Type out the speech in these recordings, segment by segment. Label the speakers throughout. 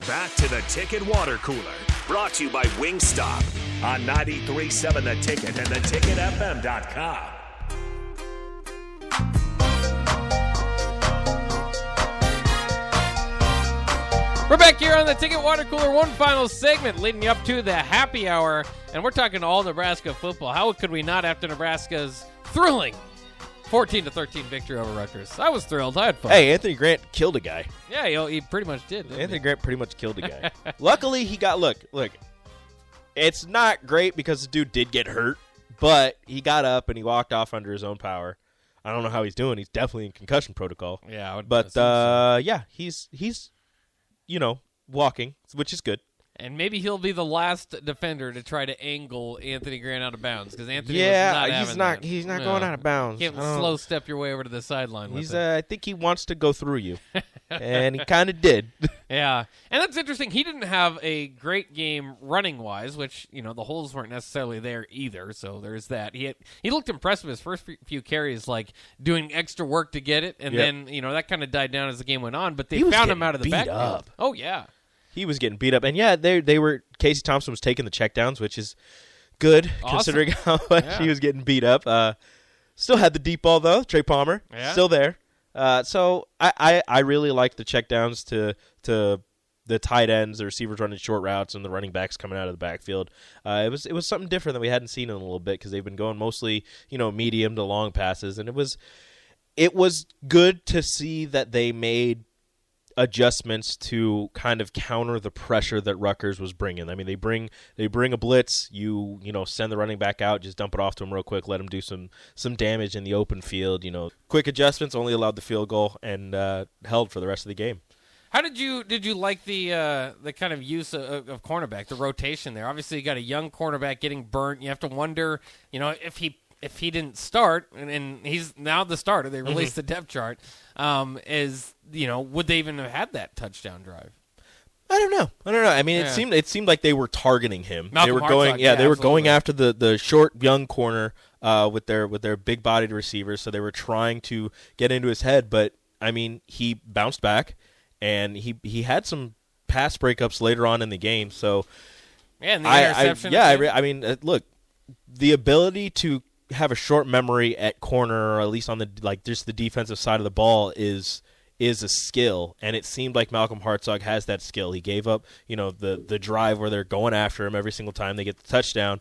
Speaker 1: Back to the Ticket Water Cooler, brought to you by Wingstop on 93.7 The Ticket and theticketfm.com.
Speaker 2: We're back here on the Ticket Water Cooler, one final segment leading you up to the happy hour, and we're talking all Nebraska football. How could we not after Nebraska's thrilling 14 to 13 victory over Rutgers? I was thrilled. I had fun.
Speaker 3: Hey, Anthony Grant killed a guy.
Speaker 2: Yeah, you know, he pretty much did. didn't
Speaker 3: Anthony Grant pretty much killed a guy. Luckily, he got look, look. It's not great because the dude did get hurt, but he got up and he walked off under his own power. I don't know how he's doing. He's definitely in concussion protocol.
Speaker 2: he? Yeah, I would
Speaker 3: But
Speaker 2: assume so.
Speaker 3: uh, yeah, he's he's you know walking, which is good.
Speaker 2: and maybe he'll be the last defender to try to angle Anthony Grant out of bounds because Anthony
Speaker 3: yeah,
Speaker 2: was not
Speaker 3: he's
Speaker 2: having
Speaker 3: not
Speaker 2: that.
Speaker 3: he's not
Speaker 2: No.
Speaker 3: going out of bounds.
Speaker 2: Can't
Speaker 3: I don't-
Speaker 2: slow step your way over to the sideline. with
Speaker 3: He's
Speaker 2: it.
Speaker 3: uh, I think he wants to go through you, and he kind of did.
Speaker 2: Yeah, and that's interesting. He didn't have a great game running wise, which you know the holes weren't necessarily there either. So there's that. He had, he looked impressed with his first few- few carries, like doing extra work to get it, and
Speaker 3: Yep.
Speaker 2: then you know that kind of died down as the game went on. But they
Speaker 3: He was
Speaker 2: found him
Speaker 3: getting
Speaker 2: out of the
Speaker 3: beat
Speaker 2: backfield.
Speaker 3: up.
Speaker 2: Oh yeah,
Speaker 3: he was getting beat up, and yeah, they they were Casey Thompson was taking the checkdowns, which is good
Speaker 2: Awesome.
Speaker 3: considering how much
Speaker 2: Yeah.
Speaker 3: he was getting beat up. Uh, still had the deep ball though, Trey Palmer,
Speaker 2: Yeah.
Speaker 3: still there. Uh, so I, I I really like the checkdowns to to the tight ends, the receivers running short routes, and the running backs coming out of the backfield. Uh, it was it was something different that we hadn't seen in a little bit because they've been going mostly you know medium to long passes, and it was it was good to see that they made adjustments to kind of counter the pressure that Rutgers was bringing. I mean, they bring they bring a blitz. You you know send the running back out, just dump it off to him real quick, let him do some some damage in the open field. You know, quick adjustments only allowed the field goal and uh, held for the rest of the game.
Speaker 2: How did you did you like the uh, the kind of use of, of cornerback, the rotation there? Obviously, you got a young cornerback getting burnt. You have to wonder, you know, if he if he didn't start and, and he's now the starter. They
Speaker 3: Mm-hmm.
Speaker 2: released the depth chart. Um, is you know, would they even have had that touchdown drive?
Speaker 3: I don't know. I don't know. I mean,
Speaker 2: Yeah.
Speaker 3: it seemed it seemed like they were targeting him.
Speaker 2: Malcolm
Speaker 3: they were
Speaker 2: Hartsock,
Speaker 3: going, yeah,
Speaker 2: yeah,
Speaker 3: they were going
Speaker 2: absolutely.
Speaker 3: after the the short young corner uh, with their with their big bodied receivers. So they were trying to get into his head, but I mean, he bounced back, and he he had some pass breakups later on in the game. So
Speaker 2: Yeah, and the
Speaker 3: I, I
Speaker 2: interception.
Speaker 3: yeah, I,
Speaker 2: again.
Speaker 3: re- I mean, uh, look, the ability to have a short memory at corner, or at least on the like just the defensive side of the ball, is is a skill, and it seemed like Malcolm Hartzog has that skill. He gave up, you know, the the drive where they're going after him every single time they get the touchdown.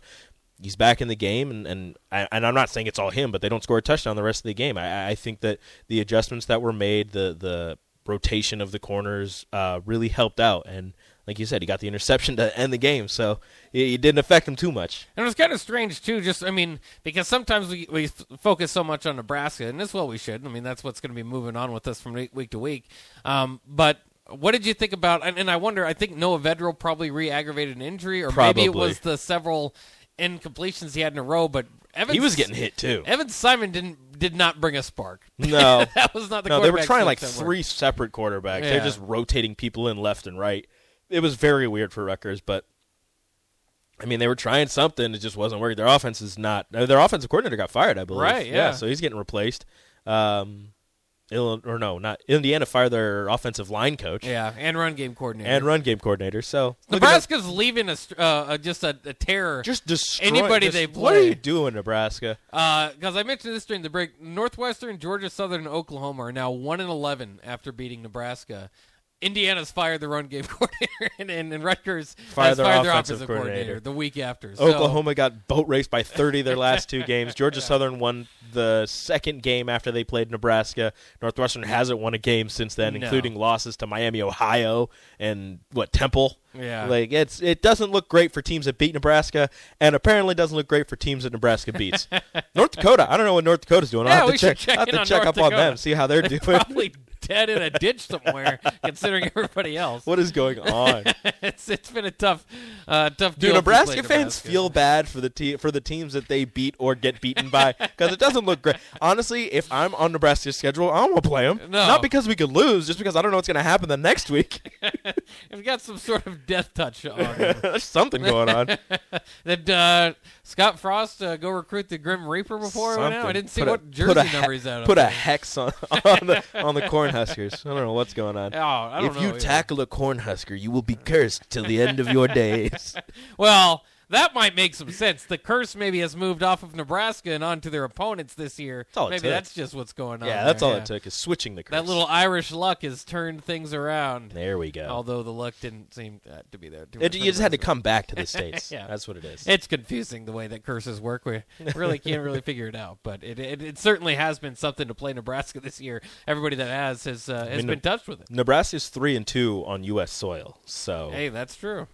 Speaker 3: He's back in the game, and and, I, and I'm not saying it's all him, but they don't score a touchdown the rest of the game. I, I- I think that the adjustments that were made, the the rotation of the corners, uh, really helped out. And like you said, he got the interception to end the game, so it, it didn't affect him too much.
Speaker 2: And it was kind of strange too. Just I mean, because sometimes we we f- focus so much on Nebraska, and as well we should. I mean, that's what's going to be moving on with us from week, week to week. Um, but what did you think about? And, and I wonder. I think Noah Vedral probably re-aggravated an injury, or maybe it
Speaker 3: Probably.
Speaker 2: was the several incompletions he had in a row. But Evans,
Speaker 3: He was getting hit too.
Speaker 2: Evan Simon didn't did not bring a spark.
Speaker 3: No.
Speaker 2: that was not the.
Speaker 3: no, they were
Speaker 2: quarterback
Speaker 3: trying like
Speaker 2: sneak that worked.
Speaker 3: three separate quarterbacks.
Speaker 2: Yeah.
Speaker 3: They're just rotating people in left and right. It was very weird for Rutgers, but I mean, they were trying something. It just wasn't working. Their offense is not. uh, Their offensive coordinator got fired, I believe.
Speaker 2: Right, yeah.
Speaker 3: so he's getting replaced. Um, Ill, or no, not Indiana fired their offensive line coach
Speaker 2: Yeah, and run game coordinator.
Speaker 3: and run game coordinator. So look at that.
Speaker 2: Nebraska's leaving a str- uh, a- just a, a terror.
Speaker 3: just destroy
Speaker 2: anybody
Speaker 3: just-
Speaker 2: they
Speaker 3: What are
Speaker 2: play.
Speaker 3: you doing, Nebraska?
Speaker 2: because Uh, I mentioned this during the break. Northwestern, Georgia Southern, and Oklahoma are now one and eleven after beating Nebraska. Indiana's fired the run game coordinator, and, and, and Rutgers
Speaker 3: Fired
Speaker 2: has
Speaker 3: their
Speaker 2: fired their
Speaker 3: offensive
Speaker 2: offensive coordinator.
Speaker 3: coordinator.
Speaker 2: the week after. So,
Speaker 3: Oklahoma got boat raced by 30 their last two games. Georgia Southern won the second game after they played Nebraska. Northwestern hasn't won a game since then,
Speaker 2: No.
Speaker 3: including losses to Miami, Ohio, and what Temple.
Speaker 2: Yeah.
Speaker 3: like it's it doesn't look great for teams that beat Nebraska, and apparently doesn't look great for teams that Nebraska beats. North Dakota, I don't know what North Dakota's doing.
Speaker 2: Yeah,
Speaker 3: I'll have
Speaker 2: we
Speaker 3: to
Speaker 2: should
Speaker 3: check,
Speaker 2: check
Speaker 3: I'll have
Speaker 2: in
Speaker 3: to
Speaker 2: on
Speaker 3: check
Speaker 2: North
Speaker 3: up on them,
Speaker 2: Dakota.
Speaker 3: see how they're doing.
Speaker 2: probably dead in a ditch somewhere, considering everybody else.
Speaker 3: what is going on?
Speaker 2: It's it's been a tough, uh, tough. deal if
Speaker 3: Do
Speaker 2: you play
Speaker 3: Nebraska fans
Speaker 2: Nebraska.
Speaker 3: feel bad for the te- for the teams that they beat or get beaten by? Because it doesn't look great. Honestly, if I'm on Nebraska's schedule, I don't want to play them.
Speaker 2: No.
Speaker 3: Not because we could lose, just because I don't know what's going to happen the next week.
Speaker 2: We've got some sort of death touch on. them.
Speaker 3: There's something going on.
Speaker 2: that uh, Scott Frost uh, go recruit the Grim Reaper before right now? oh I
Speaker 3: Something.
Speaker 2: didn't see
Speaker 3: Put a-
Speaker 2: what
Speaker 3: put
Speaker 2: jersey
Speaker 3: a
Speaker 2: number
Speaker 3: he-
Speaker 2: he's out of.
Speaker 3: Put a hex on, on the on the Cornhuskers. I don't know what's going on.
Speaker 2: Oh, I don't
Speaker 3: if you
Speaker 2: know either.
Speaker 3: tackle a Cornhusker, you will be cursed till the end of your days.
Speaker 2: Well, that might make some sense. The curse maybe has moved off of Nebraska and onto their opponents this year.
Speaker 3: all it
Speaker 2: maybe
Speaker 3: took.
Speaker 2: that's just what's going on.
Speaker 3: yeah, that's
Speaker 2: there,
Speaker 3: all
Speaker 2: Oh, yeah.
Speaker 3: it took is switching the curse.
Speaker 2: That little Irish luck has turned things around.
Speaker 3: There we go.
Speaker 2: Although the luck didn't seem uh, to be there. too
Speaker 3: It,
Speaker 2: much for
Speaker 3: you just had
Speaker 2: Nebraska.
Speaker 3: to come back to the states.
Speaker 2: Yeah.
Speaker 3: That's what it is.
Speaker 2: It's confusing the way that curses work. We really can't really figure it out, but it, it it certainly has been something to play Nebraska this year. Everybody that has has uh, has
Speaker 3: mean,
Speaker 2: been touched with it.
Speaker 3: Nebraska's three and two on U.S. soil, so
Speaker 2: Hey, that's true.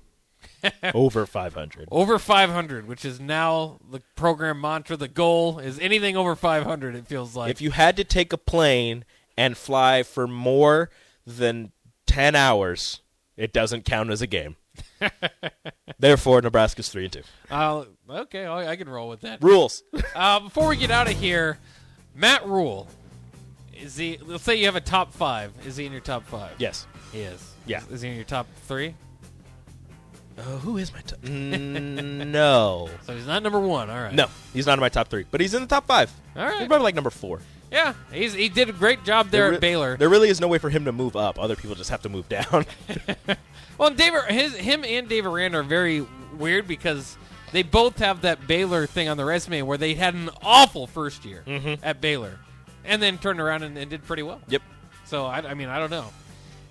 Speaker 3: over 500.
Speaker 2: Over 500, which is now the program mantra. The goal is anything over 500. It feels like.
Speaker 3: If you had to take a plane and fly for more than 10 hours, it doesn't count as a game. Therefore, Nebraska's three and two.
Speaker 2: uh, okay, I, I can roll with that.
Speaker 3: Rules.
Speaker 2: Uh, before we get out of here, Matt Rule is he? Let's say you have a top five. Is he in your top five?
Speaker 3: yes.
Speaker 2: he is.
Speaker 3: Yeah.
Speaker 2: is he in your top three?
Speaker 3: Uh, who is my top? Mm, no.
Speaker 2: So he's not number one. All right.
Speaker 3: No, he's not in my top three, but he's in the top five.
Speaker 2: All right.
Speaker 3: He's probably like number four.
Speaker 2: Yeah, he's, he did a great job there
Speaker 3: re-
Speaker 2: at Baylor.
Speaker 3: There really is no way for him to move up. Other people just have to move down.
Speaker 2: Well, and Dave, his him and Dave Aranda are very weird because they both have that Baylor thing on their resume where they had an awful first year
Speaker 3: Mm-hmm.
Speaker 2: at Baylor, and then turned around and, and did pretty well.
Speaker 3: yep.
Speaker 2: So I, I mean, I don't know.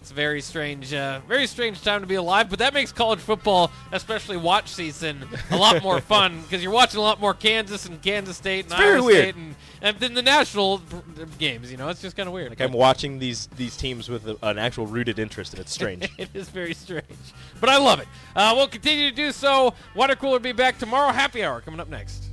Speaker 2: It's a very strange, uh, very strange time to be alive. But that makes college football, especially watch season, a lot more fun because you're watching a lot more Kansas and Kansas State and
Speaker 3: It's very
Speaker 2: Iowa
Speaker 3: weird.
Speaker 2: State and, and then the national pr- games. You know, it's just kind of weird.
Speaker 3: Like I'm watching these these teams with a, an actual rooted interest, and it's strange.
Speaker 2: it is very strange, but I love it. Uh, we'll continue to do so. Water Cooler will be back tomorrow. Happy hour coming up next.